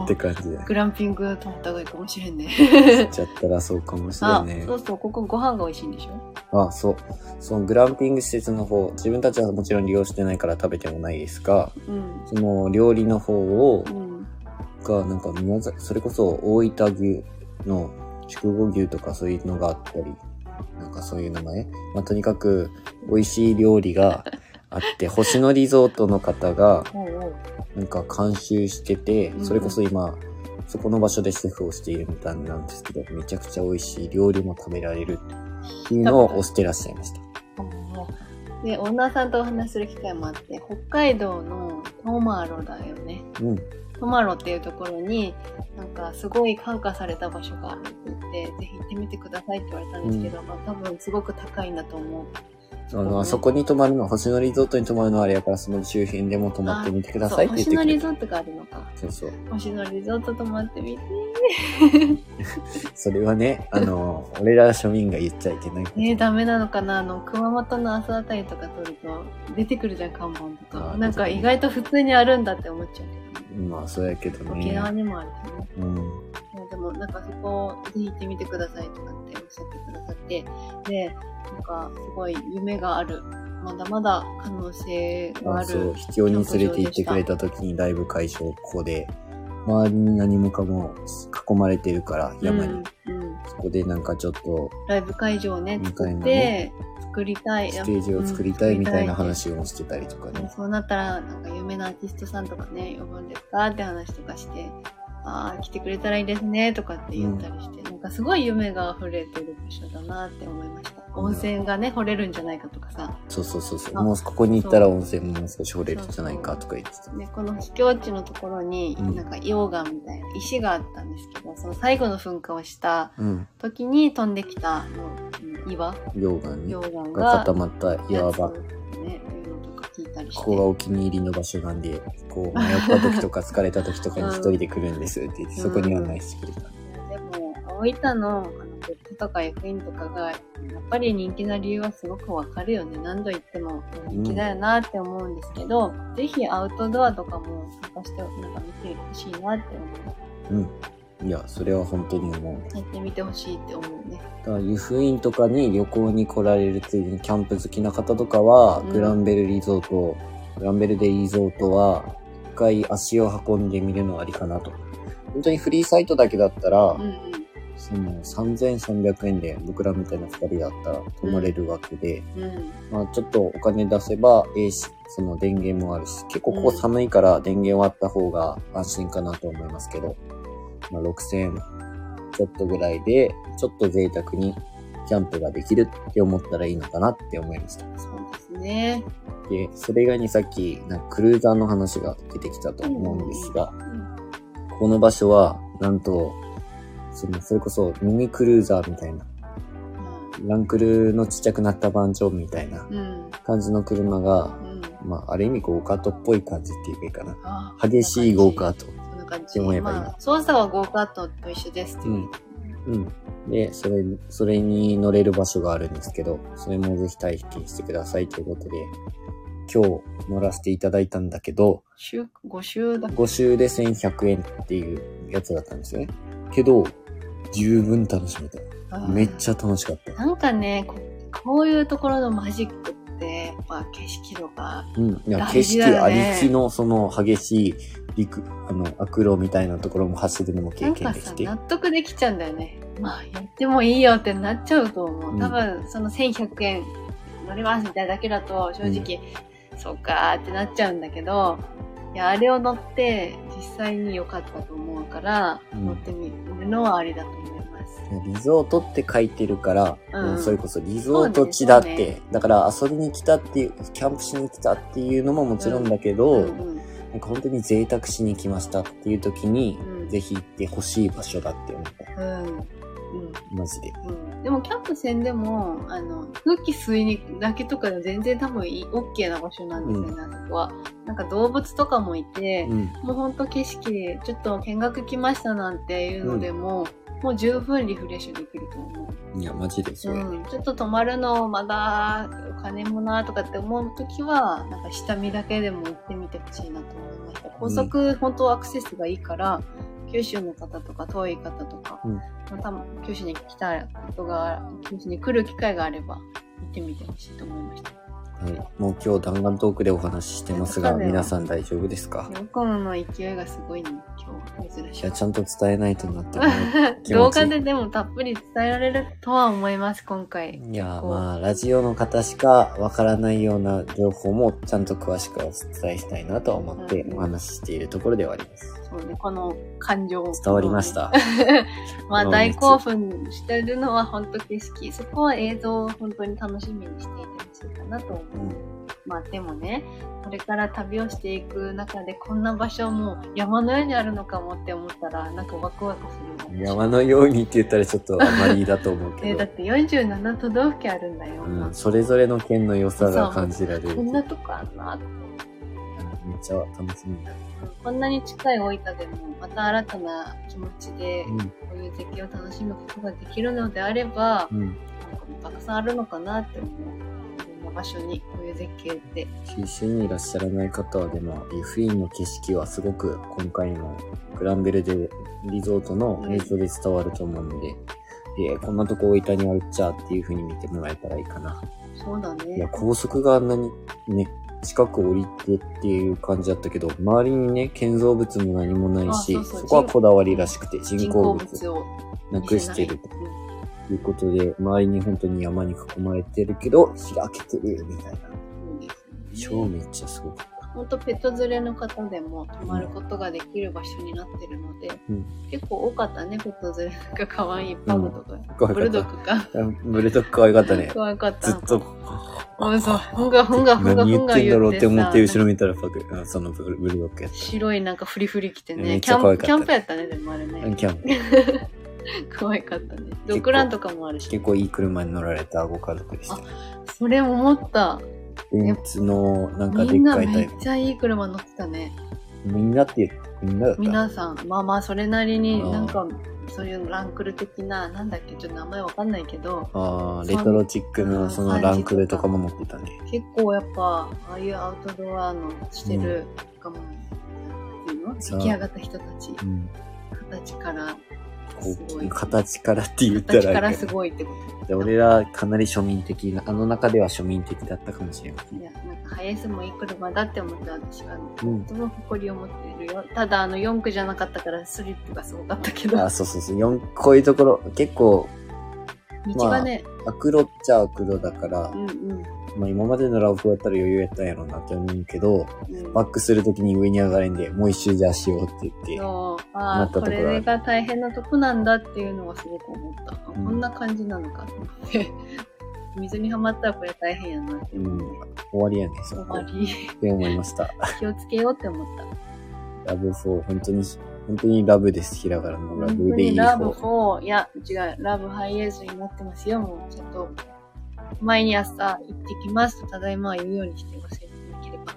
Speaker 1: おーって感じ で。
Speaker 2: グランピングと思った方がいいかもしれんね。
Speaker 1: やっちゃったらそうかもしれ
Speaker 2: あ
Speaker 1: ん、ね
Speaker 2: そ。うそう、ここご飯が美味しいんでしょ
Speaker 1: あ、そう。そのグランピング施設の方、自分たちはもちろん利用してないから食べてもないですが、
Speaker 2: うん。
Speaker 1: その料理の方を
Speaker 2: う、ん。
Speaker 1: が、なんか宮崎、それこそ大分牛の筑後牛とかそういうのがあったり、なんかそういう名前。まあ、とにかく美味しい料理があって、星野リゾートの方が
Speaker 2: おうおう。
Speaker 1: なんか監修してて、それこそ今、そこの場所でシェフをしているみたいなんですけど、めちゃくちゃ美味しい料理も食べられるっていうのを推してらっしゃいました。
Speaker 2: で、オーナーさんとお話しする機会もあって、北海道のトマロだよね。
Speaker 1: うん。
Speaker 2: トマロっていうところに、なんかすごい感化された場所があるって言って、ぜひ行ってみてくださいって言われたんですけど、まあ多分すごく高いんだと思う。
Speaker 1: あの、あそこに泊まるのは、星野リゾートに泊まるのはあれやから、その周辺でも泊まってみてくださいって言って
Speaker 2: そう星野
Speaker 1: く
Speaker 2: リ
Speaker 1: れて
Speaker 2: ゾ。ートがあるのか。
Speaker 1: そうそう。
Speaker 2: 星野リゾート泊まってみて。
Speaker 1: それはね、あの、俺ら庶民が言っちゃいけないこと。
Speaker 2: ねえ、ダメなのかなあの、熊本の朝あたりとか撮ると、出てくるじゃん、看板と
Speaker 1: あ
Speaker 2: か。
Speaker 1: ー
Speaker 2: なんか意外と普通にあるんだって思っちゃうけどね。
Speaker 1: まあ、そうやけどね。
Speaker 2: 沖縄にもあるしね。
Speaker 1: うん。
Speaker 2: いやでもなんかそこぜひ行ってみてくださいとかっておっしゃってくださって、で、なんかすごい夢がある。まだまだ可能性が
Speaker 1: あ
Speaker 2: あ
Speaker 1: そう
Speaker 2: る、。
Speaker 1: 卑怯に連れて行ってくれた時にライブ会場、ここで、周りに何もかも囲まれてるから、山に。
Speaker 2: うんうん
Speaker 1: そこでなんかちょっと、
Speaker 2: ライブ会場をね、
Speaker 1: みた
Speaker 2: 作
Speaker 1: い
Speaker 2: っ
Speaker 1: な
Speaker 2: て
Speaker 1: ね、
Speaker 2: 作りたい。
Speaker 1: ステージを作りたいみたいな
Speaker 2: うん
Speaker 1: 話をしてたりとか
Speaker 2: 作りたい
Speaker 1: ね
Speaker 2: ね。そうなったら、なんか有名なアーティストさんとかね、呼ぶんですかって話とかして、ああ、来てくれたらいいですね、とかって言ったりして、なんかすごい夢が溢れてる場所だなって思いました。温泉がね、掘れるんじゃないかとかさ、
Speaker 1: そうそうそうそう。
Speaker 2: あ
Speaker 1: もうここに行ったら温泉もう少し掘れるんじゃないかとか言ってた。
Speaker 2: でこの秘境地のところに、
Speaker 1: うん
Speaker 2: なんか溶岩みたいな石があったんですけど、その最後の噴火をした
Speaker 1: うん。
Speaker 2: 時に飛んできたもううん岩、
Speaker 1: 溶岩ね。
Speaker 2: 溶岩
Speaker 1: が
Speaker 2: が
Speaker 1: 固まった岩場。
Speaker 2: ね、いうのとか聞いたりして。
Speaker 1: ここがお気に入りの場所なんで、こう、迷った時とか疲れた時とかに一人で来るんですって言って、
Speaker 2: うん
Speaker 1: そこに案内してくれた。
Speaker 2: でも、大分のあの別府とか役員とかが、やっぱり人気な理由はすごくわかるよね。何度言っても人気だよなって思うんですけど、ぜひアウトドアとかも参加して、なんか見てほしいなって思う。
Speaker 1: うん。いや、それは本当に思うね。
Speaker 2: 入ってみてほしいって思うね。
Speaker 1: だから、湯布院とかに旅行に来られるついでにキャンプ好きな方とかは、
Speaker 2: うん
Speaker 1: グランベルリゾート、グランベルデリゾートは、一回足を運んでみるのはありかなと。本当にフリーサイトだけだったら、
Speaker 2: うん
Speaker 1: その3300円で僕らみたいな2人だったら泊まれるわけで、
Speaker 2: うん。うん。
Speaker 1: まあちょっとお金出せば、ええし、その電源もあるし、結構ここ寒いから電源はあった方が安心かなと思いますけど、まあ6000円ちょっとぐらいで、ちょっと贅沢にキャンプができるって思ったらいいのかなって思いました。
Speaker 2: そうですね。
Speaker 1: で、それ以外にさっき、なんかクルーザーの話が出てきたと思うんですが、
Speaker 2: うん。
Speaker 1: この場所は、なんと、その、それこそミニクルーザーみたいな、ランクルのちっちゃくなった番長みたいな
Speaker 2: うん。
Speaker 1: 感じの車が、
Speaker 2: うん。
Speaker 1: まあ、ある意味ゴーカートっぽい感じっていうかいいかな。
Speaker 2: あ
Speaker 1: 激しいゴーカート。
Speaker 2: そんな感
Speaker 1: って
Speaker 2: じ。
Speaker 1: 思えばいいな
Speaker 2: まあ、操作はゴーカートと一緒ですっていう。
Speaker 1: うん。で、それ、それに乗れる場所があるんですけど、それもぜひ体験してくださいということで、今日乗らせていただいたんだけど、
Speaker 2: 週、5週だ。
Speaker 1: 5周で1100円っていうやつだったんですよね。けど、十分楽しめた。めっちゃ
Speaker 2: ゃ。
Speaker 1: 楽しかった。
Speaker 2: なんかねこ、こういうところのマジックって、やっぱ景色とか、
Speaker 1: うん。いや、景
Speaker 2: 大事
Speaker 1: 色
Speaker 2: だよ
Speaker 1: あり
Speaker 2: ね
Speaker 1: きの、その、激しい、陸、あの、悪路みたいなところも走るのも
Speaker 2: な
Speaker 1: 経
Speaker 2: ん
Speaker 1: 験
Speaker 2: か
Speaker 1: でき
Speaker 2: さ、
Speaker 1: て。
Speaker 2: 納得できちゃうんだよね。まあ、やってもいいよってなっちゃうと思
Speaker 1: う
Speaker 2: う。
Speaker 1: ん
Speaker 2: 多分、その1100円乗りますみたいなだけだと、正直、そうかーってなっちゃうんだけど、いや、あれを乗って、実際に良かったと思うから、
Speaker 1: うん
Speaker 2: 乗ってみるのはありだと思います。
Speaker 1: リゾートって書いてるから、
Speaker 2: うん
Speaker 1: うんそれこそリゾート地だって、
Speaker 2: そうね
Speaker 1: だから遊びに来たっていう、キャンプしに来たっていうのももちろんだけど、
Speaker 2: うんうん
Speaker 1: なんか本当に贅沢しに来ましたっていう時に、
Speaker 2: うん
Speaker 1: ぜひ行ってほしい場所だって思った。
Speaker 2: うん
Speaker 1: マジで。
Speaker 2: うんうんでもキャンプ船でもあの空気吸いにだけとかで全然多分いい OK な場所なんですよね、あそこは。なんか動物とかもいて、
Speaker 1: うん。
Speaker 2: もうほんと景色、ちょっと見学来ましたなんていうのでも、もう十分リフレッシュできると思。
Speaker 1: いや、マジでそううや
Speaker 2: うん。ちょっと泊まるのまだお金もなとかって思うときは、なんか下見だけでも行ってみてほしいなと思いました。高速、本当アクセスがいいから、九州の方とか遠い方とか、
Speaker 1: うん
Speaker 2: また九州に来たことが、九州に来る機会があれば、行ってみてほしいと思いました。
Speaker 1: はい。もう今日弾丸トークでお話ししてますが、
Speaker 2: そうだよ
Speaker 1: 皆さん大丈夫ですか
Speaker 2: ヨコムの勢いがすごいね、今日。珍し
Speaker 1: い
Speaker 2: い
Speaker 1: や、。ちゃんと伝えないとなって思う。気持ち
Speaker 2: 動画ででもたっぷり伝えられるとは思います、今回。
Speaker 1: いやー、
Speaker 2: こう
Speaker 1: まあ、ラジオの方しかわからないような情報もちゃんと詳しくお伝えしたいなと思って
Speaker 2: うん
Speaker 1: お話ししているところではあります。
Speaker 2: そうね、この感情。
Speaker 1: 伝わりまし。た。
Speaker 2: まあ、
Speaker 1: この
Speaker 2: 大興奮してるのは本当景色。そこは映像を本当に楽しみにしていてほしいかなと思
Speaker 1: う
Speaker 2: う。
Speaker 1: ん
Speaker 2: まあ、でもね、これから旅をしていく中で、こんな場所も山のようにあるのかもって思ったら、なんかワクワクするもん。
Speaker 1: 山のようにって言ったらちょっとあまりだと思うけ
Speaker 2: ね、だ
Speaker 1: ど
Speaker 2: っ、て47都道府県あるんだよ。
Speaker 1: うん、それぞれの県の良さが感じられる。
Speaker 2: こ
Speaker 1: うんん
Speaker 2: なとこあんなって
Speaker 1: めっちゃ楽しみだ。
Speaker 2: こんなに近い大分でも、また新たな気持ちで、
Speaker 1: うん
Speaker 2: こういう絶景を楽しむことができるのであれば、
Speaker 1: うん、
Speaker 2: なんかたくさんあるのかなって思う。いろんな場所にこういう絶景って。
Speaker 1: 九州にいらっしゃらない方はでも、湯布院の景色はすごく今回のグランベルデリゾートの映像で伝わると思うので、えーこんなとこ大分にあるっちゃっていう風に見てもらえたらいいかな。
Speaker 2: そうだ
Speaker 1: いや、
Speaker 2: ね。
Speaker 1: 高速があんなにね、近く降りてっていう感じだったけど、周りにね、建造物も何もないし、
Speaker 2: あそう
Speaker 1: そ
Speaker 2: そう
Speaker 1: こはこだわりらしくて、人工物
Speaker 2: 人を
Speaker 1: なくしてる
Speaker 2: 見せない
Speaker 1: ということで、周りに本当に山に囲まれてるけど、開けてるみたいな。
Speaker 2: うんそうです
Speaker 1: 超
Speaker 2: ね
Speaker 1: めっちゃすごかった。
Speaker 2: ほんとペット連れの方でも泊まることができる場所になってるので、
Speaker 1: うん
Speaker 2: 結構多かったね、ペット連れなんか可愛いパグと
Speaker 1: 可
Speaker 2: か、
Speaker 1: 愛かった
Speaker 2: ブルドッグか。
Speaker 1: ブルドッグ可愛かったね。
Speaker 2: 可愛かった。
Speaker 1: ずっと、
Speaker 2: もうそう、ふんがふんがふんが
Speaker 1: 何
Speaker 2: ふ
Speaker 1: 言
Speaker 2: ん
Speaker 1: っ
Speaker 2: が
Speaker 1: てんだろうって思って後
Speaker 2: ろ
Speaker 1: ろ見たらパク、あそのブルブルドッグやっ
Speaker 2: 白いなんかフリフリ着て
Speaker 1: めっ
Speaker 2: ね。
Speaker 1: ち
Speaker 2: キ
Speaker 1: ゃ
Speaker 2: ャ
Speaker 1: 可愛
Speaker 2: ン
Speaker 1: かった
Speaker 2: プ、キャンプやったね、でもあれ
Speaker 1: た。
Speaker 2: ね。
Speaker 1: キャンプ。
Speaker 2: 可愛かったね。ドッグランとかもあるし。
Speaker 1: 結構いい車に乗られたご家族でした。
Speaker 2: それ思った。
Speaker 1: ベンツのなんかで
Speaker 2: み
Speaker 1: っ
Speaker 2: んな
Speaker 1: かいタ
Speaker 2: め
Speaker 1: イ
Speaker 2: っちゃいい車乗ってたね。
Speaker 1: プ。みんなって言って、みんなだった。
Speaker 2: 皆さん、まあまあそれなりに
Speaker 1: あー
Speaker 2: なんか、そういうランクル的な、なんだっけ、ちょっと名前わかんないけど、
Speaker 1: ああ、レトロチックなそのランクルとかも持ってたね。
Speaker 2: 結構やっぱ、ああいうアウトドアのしてる、なんかもう、なんていうの
Speaker 1: そう
Speaker 2: 出来上がった人たち、
Speaker 1: うん。
Speaker 2: 形から
Speaker 1: こ
Speaker 2: すご
Speaker 1: う
Speaker 2: い
Speaker 1: 形からって言った
Speaker 2: 形
Speaker 1: ら
Speaker 2: か
Speaker 1: あ
Speaker 2: ら
Speaker 1: れだ
Speaker 2: す
Speaker 1: けど
Speaker 2: ごいってこ
Speaker 1: で俺らかなり庶民的な、あの中では庶民的だったかもしれませ
Speaker 2: と。
Speaker 1: ん
Speaker 2: い。や、なんか、ハエスもいい車だって思って、私は、
Speaker 1: うん
Speaker 2: とても誇りを持ってるよ。ただ、あの、四駆じゃなかったから、スリップがすごかったけど、
Speaker 1: あ、そうそうそう。四こういうところ、結構、
Speaker 2: 道がね、
Speaker 1: 悪路っちゃ悪路だから、
Speaker 2: うんうん
Speaker 1: まあ今までのラオフだったら余裕やったんやろうなって思うけど、
Speaker 2: うん。
Speaker 1: バックするときに上に上がれんで、もう一周じゃあしようって言って。
Speaker 2: そう、
Speaker 1: なっ
Speaker 2: ああ、
Speaker 1: たとこ
Speaker 2: こ
Speaker 1: ろある
Speaker 2: れが大変なとこなんだっていうのはすごく思った。あ
Speaker 1: うん
Speaker 2: こんな感じなのかと思って。水にはまったらこれ大変やなって
Speaker 1: うん
Speaker 2: 思って。。
Speaker 1: 終わりやね、そ
Speaker 2: 終
Speaker 1: こ。
Speaker 2: わ
Speaker 1: っ
Speaker 2: り。
Speaker 1: て思いました。
Speaker 2: 気をつけようって思った。
Speaker 1: ラブ4、本当に、本当にラブです。ひらがなのラ
Speaker 2: 本
Speaker 1: ブ
Speaker 2: 当
Speaker 1: でい
Speaker 2: に
Speaker 1: い
Speaker 2: ラブ
Speaker 1: 方。
Speaker 2: 4、いや、違う、ラブハイエースになってますよ、もう。ちょっと、毎に朝行ってきますと、ただいまは言うようにしてますよ、できれば。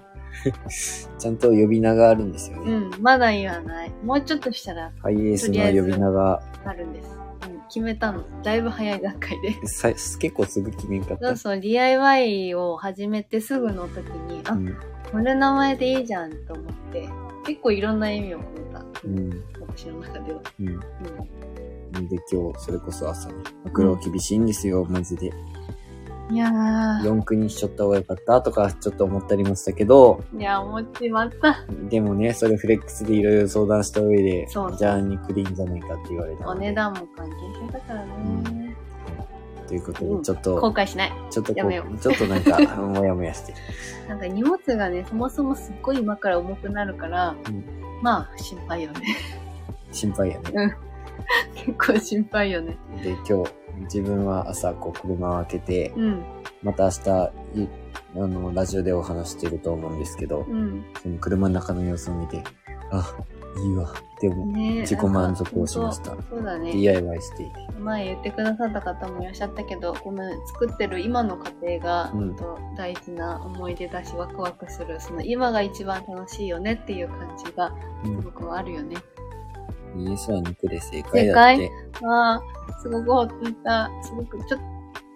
Speaker 1: ちゃんと呼び名があるんですよ
Speaker 2: う
Speaker 1: ね。
Speaker 2: ん、まだ言わない。もうちょっとしたら、
Speaker 1: ハイエースの呼び名が、
Speaker 2: なるんです。うん、決めたの。だいぶ早い段階で。
Speaker 1: さ結構すぐ決めんかっ
Speaker 2: そう
Speaker 1: た。
Speaker 2: そう、DIY を始めてすぐの時に、あ、
Speaker 1: うん。
Speaker 2: これ名前でいいじゃんと思って、結構いろんな意味を込めた、
Speaker 1: うん。
Speaker 2: 私の中では。
Speaker 1: うん。
Speaker 2: う
Speaker 1: で、今日、それこそ朝に。苦労厳しいんですよ、マジで。
Speaker 2: ん、いやー、
Speaker 1: 四区にしちゃった方がよかったとか、ちょっと思ったりもしたけど、
Speaker 2: いや、思ってまった。
Speaker 1: でもね、それフレックスでいろいろ相談した上で、
Speaker 2: そうそう
Speaker 1: じゃあ肉でいいんじゃないかって言われたの
Speaker 2: お
Speaker 1: で。
Speaker 2: 値段も関係してたからね。
Speaker 1: ということで、
Speaker 2: うん
Speaker 1: ちょっ
Speaker 2: 後
Speaker 1: と、
Speaker 2: 悔しない。
Speaker 1: ちょっと
Speaker 2: やめよ
Speaker 1: こう、ちょっとなんか、 もやもやしてる。
Speaker 2: なんか荷物がね、そもそもすっごい今から重くなるから、
Speaker 1: うん
Speaker 2: まあ、心配よね。
Speaker 1: 心配やね。
Speaker 2: 結構心配よね。
Speaker 1: で、今日、自分は朝、こう、車を開けて、
Speaker 2: うん、
Speaker 1: また明日、いあの、ラジオでお話してると思うんですけど、
Speaker 2: うん。
Speaker 1: その車の中の様子を見て、あ、いいわ、でも、
Speaker 2: ねえ
Speaker 1: 自己満足をしました
Speaker 2: なんか本当そうだね。
Speaker 1: DIY していて。
Speaker 2: 前言ってくださった方もいらっしゃったけどこの作ってる今の過程が、
Speaker 1: うん
Speaker 2: ほんと大事な思い出だしワクワクするその今が一番楽しいよねっていう感じが
Speaker 1: うん。
Speaker 2: 僕はあるよね。
Speaker 1: ES は肉で正解だって。
Speaker 2: わあすごくほっとしたすごくちょっと、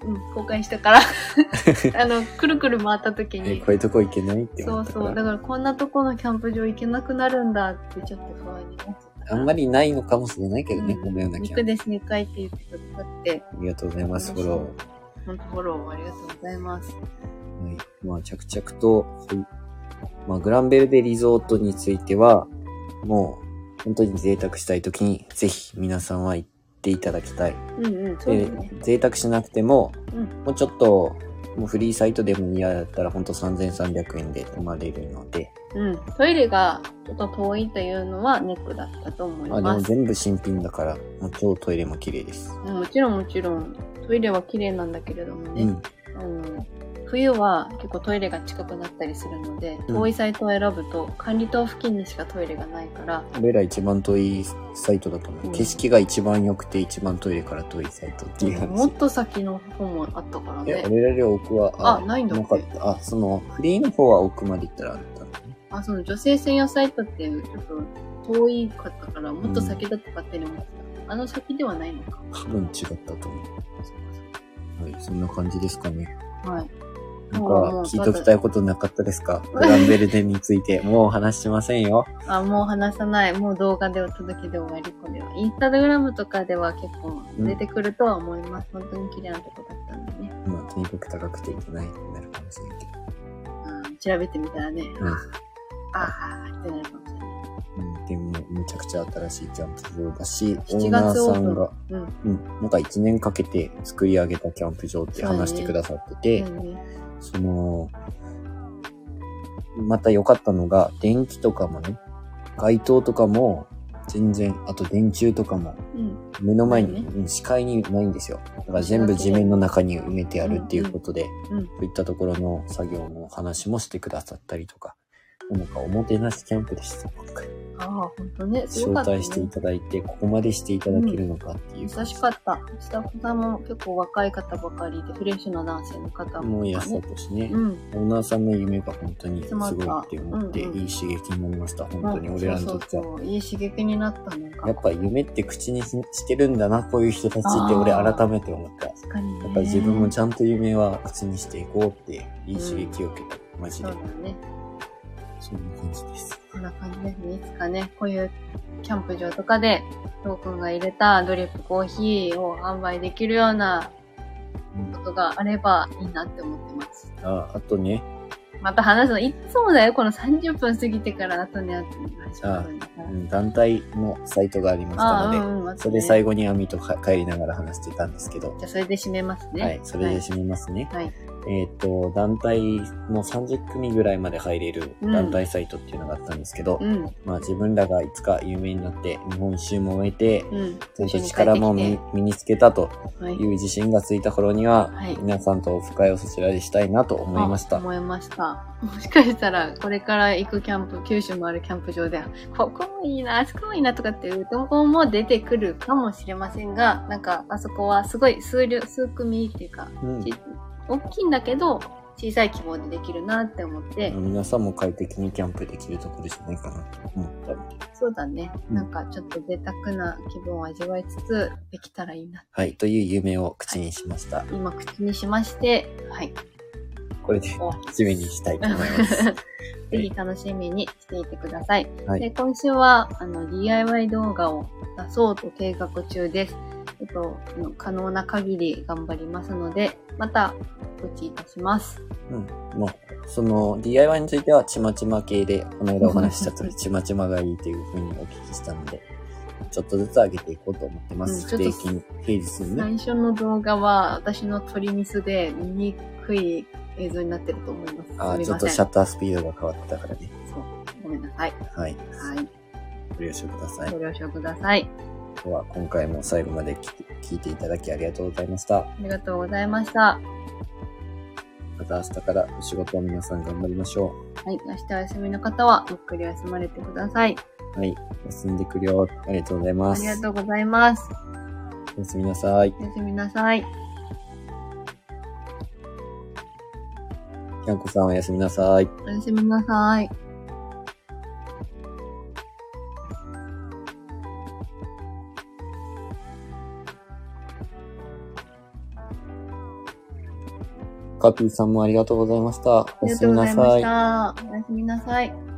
Speaker 2: うん、後悔したから あのくるくる回った時
Speaker 1: え、
Speaker 2: に
Speaker 1: こ。ういうとこ行けないって
Speaker 2: そ
Speaker 1: 思
Speaker 2: う
Speaker 1: ったか
Speaker 2: そう。だ
Speaker 1: ら。
Speaker 2: からこんなとこのキャンプ場行けなくなるんだってちょっと不安になっちゃっ
Speaker 1: あ
Speaker 2: た。
Speaker 1: んまりないのかもしれないけどね、このようなキャ
Speaker 2: 肉
Speaker 1: ンプ。
Speaker 2: ですね、かいって言ってくださって、
Speaker 1: ありがとうございます、フォロー。
Speaker 2: 本当フォローありがとうございます。
Speaker 1: はい。まあ、着々と、はいまあ、グランベルデリゾートについては、もう、本当に贅沢したい時に、ぜひ皆さんは行っていただきたい。
Speaker 2: うんうん、そう
Speaker 1: で
Speaker 2: だね。、
Speaker 1: 贅沢しなくても、
Speaker 2: うん
Speaker 1: もうちょっと、もうフリーサイトでも嫌だったら、本当3300円で泊まれるので、
Speaker 2: うん、トイレがちょっと遠いというのはネックだったと思い
Speaker 1: まあ、でも
Speaker 2: ます。
Speaker 1: 全部新品だから、もう超トイレも綺麗です。
Speaker 2: うんもちろんもちろん、トイレは綺麗なんだけれどもね、
Speaker 1: うん。
Speaker 2: あの冬は結構トイレが近くなったりするので、
Speaker 1: うん
Speaker 2: 遠いサイトを選ぶと管理棟付近にしかトイレがないから、
Speaker 1: 俺ら一番遠いサイトだと思う。
Speaker 2: うん
Speaker 1: 景色が一番良くて、一番トイレから遠いサイトっていう話。
Speaker 2: もっと先の方もあったから
Speaker 1: え、
Speaker 2: ね。
Speaker 1: 俺らより奥は、
Speaker 2: あないんだ
Speaker 1: なかった。あ、その、フリーの方は奥まで行ったらあったのね。
Speaker 2: あ、その女性専用サイトってちょっと遠いかったから、もっと先だって勝手に思ってた。あの先ではないのか。
Speaker 1: 多分違ったと思う。はい、そんな感じですかね。
Speaker 2: はい。
Speaker 1: なんか
Speaker 2: もうもう、
Speaker 1: 聞いときたいことなかったですかグランベルデンについて、もうお話しませんよ。
Speaker 2: あ、もう話さない。もう動画でお届けで終わり、これは。インスタグラムとかでは結構出てくるとは思います。本当に綺麗なとこだったんでね。
Speaker 1: まあ、とにかく高くていけないってなるかもしれないけど。
Speaker 2: うん、調べてみたらね、
Speaker 1: うん
Speaker 2: ああーってなるかもしれない。
Speaker 1: うん、でも、めちゃくちゃ新しいキャンプ場だし、オー
Speaker 2: 7
Speaker 1: ナー
Speaker 2: 月オ
Speaker 1: さ
Speaker 2: ー
Speaker 1: ん
Speaker 2: プン
Speaker 1: が、
Speaker 2: うん。
Speaker 1: うん、なんか1年かけて作り上げたキャンプ場って話してくださってて、
Speaker 2: うんね
Speaker 1: その、また良かったのが、電気とかもね、街灯とかも、全然、あと電柱とかも、
Speaker 2: うん。
Speaker 1: 目の前に、
Speaker 2: な
Speaker 1: うん視界にないんですよ。だから全部地面の中に埋めてあるっていうことで、
Speaker 2: うんうん
Speaker 1: そういったところの作業の話もしてくださったりとか、なんかおもてなしキャンプでした。今回
Speaker 2: ああ、本当ね。す
Speaker 1: 招
Speaker 2: ごかった、ね。
Speaker 1: 待していただいて、ここまでしていただけるのかっていう。
Speaker 2: 優しかった。スタッフさんも結構若い方ばかりで、フレッシュな男性の方
Speaker 1: も
Speaker 2: も、
Speaker 1: う
Speaker 2: ね。
Speaker 1: やさとしね
Speaker 2: う。ん。
Speaker 1: オーナーさんの夢が本当にすごいって思って、い
Speaker 2: 詰まったうんうん
Speaker 1: い刺激になりました。本当に俺らにとっては
Speaker 2: そう。そうそういい刺激になったなんか。
Speaker 1: やっぱ夢って口にししてるんだな、こういう人たちって俺
Speaker 2: あー
Speaker 1: 改めて思った。や
Speaker 2: 確かにね。
Speaker 1: っぱり自分もちゃんと夢は口にしていこうって、いい刺激を受けた。マジ
Speaker 2: そ
Speaker 1: で
Speaker 2: うだ。ね。
Speaker 1: そんな感じです。
Speaker 2: こんな感じですね。いつかね、こういうキャンプ場とかで、トーくんが入れたドリップコーヒーを販売できるような
Speaker 1: うん
Speaker 2: こ、とがあればいいなって思ってます。
Speaker 1: あ、あとね、
Speaker 2: また話すの、いつもだよ、この30分過ぎてから後に後に話してくるんだか
Speaker 1: う
Speaker 2: ら。
Speaker 1: ん、団体のサイトがありました
Speaker 2: あ
Speaker 1: の
Speaker 2: あ、
Speaker 1: で、
Speaker 2: うんうん、
Speaker 1: それ最
Speaker 2: 後。
Speaker 1: 後に網とか帰りながら話してたんですけど、
Speaker 2: じゃあ、それで締めますね。
Speaker 1: はい、それで締めますね。
Speaker 2: はい。
Speaker 1: えっ、と、団体も30組ぐらいまで入れる
Speaker 2: うん
Speaker 1: 団体サイトっていうのがあったんですけど、
Speaker 2: うん、
Speaker 1: まあ自分らがいつか有名になって、日本一周も終えて、
Speaker 2: うん。
Speaker 1: ちゃんと力も
Speaker 2: 一
Speaker 1: 身
Speaker 2: 緒に帰って
Speaker 1: 身につけたと
Speaker 2: きてはい
Speaker 1: いう自信がついた頃には、
Speaker 2: はい
Speaker 1: 皆さんとオフ会をそちらでしたいなと思いました。
Speaker 2: あ思いました。もしかしたら、これから行くキャンプ、九州もあるキャンプ場で、ここもいいな、あそこもいいなとかっていうとこも出てくるかもしれませんが、なんか、あそこはすごい数量、数組っていうか、
Speaker 1: うん
Speaker 2: ち大きいんだけど、小さい規模でできるなって思って、
Speaker 1: 皆さんも快適にキャンプできるところじゃないかなと思ったので
Speaker 2: そうだね。
Speaker 1: うん
Speaker 2: なんか、ちょっと贅沢な気分を味わいつつ、できたらいいな。
Speaker 1: はい、という夢を口にしました。
Speaker 2: 今、口にしまして、はい。
Speaker 1: これで
Speaker 2: お
Speaker 1: 締めにしたいと思い ます。
Speaker 2: ぜひ楽しみにしていてください。
Speaker 1: はい
Speaker 2: で今週はあの DIY 動画を出そうと計画中です。えっと、あの可能な限り頑張りますので、また告知いたします。
Speaker 1: うん。もう、その DIY についてはちまちま系で、この間お話しした通り、ちまちまがいいというふうにお聞きしたので、ちょっとずつ上げていこうと思ってます。
Speaker 2: うん
Speaker 1: 不
Speaker 2: ちょ
Speaker 1: 定
Speaker 2: っと
Speaker 1: 期に、平日にね。
Speaker 2: 最初の動画は私の取りミスで見にくい映像になってると思います。
Speaker 1: あ
Speaker 2: す
Speaker 1: ー
Speaker 2: み
Speaker 1: ちょ
Speaker 2: ま
Speaker 1: っと
Speaker 2: せん。
Speaker 1: シャッタースピードが変わってたからね。
Speaker 2: そうごめんなさい。
Speaker 1: はい。
Speaker 2: はい。
Speaker 1: ご了承ください。
Speaker 2: ご了承ください。
Speaker 1: では、今回も最後まで聞き聞いていただきありがとうございました。
Speaker 2: ありがとうございました。は
Speaker 1: また明日からお仕事を皆さん頑張りましょ
Speaker 2: い。明日お休みの方は、ゆっくり休まれてください。
Speaker 1: う。はい。休んでくるよ。ありがとうござい
Speaker 2: あ
Speaker 1: ます。
Speaker 2: りがとうございます。
Speaker 1: おやすみなさい。
Speaker 2: おやすみなさい。
Speaker 1: キャンコさんおやすみなさい。
Speaker 2: おやすみなさい。
Speaker 1: カピーさんもありがとうございました。
Speaker 2: あ
Speaker 1: お
Speaker 2: り
Speaker 1: や
Speaker 2: が
Speaker 1: す
Speaker 2: とう
Speaker 1: み
Speaker 2: ござ
Speaker 1: ない
Speaker 2: ま
Speaker 1: さ
Speaker 2: し
Speaker 1: い。
Speaker 2: た。おやすみなさい。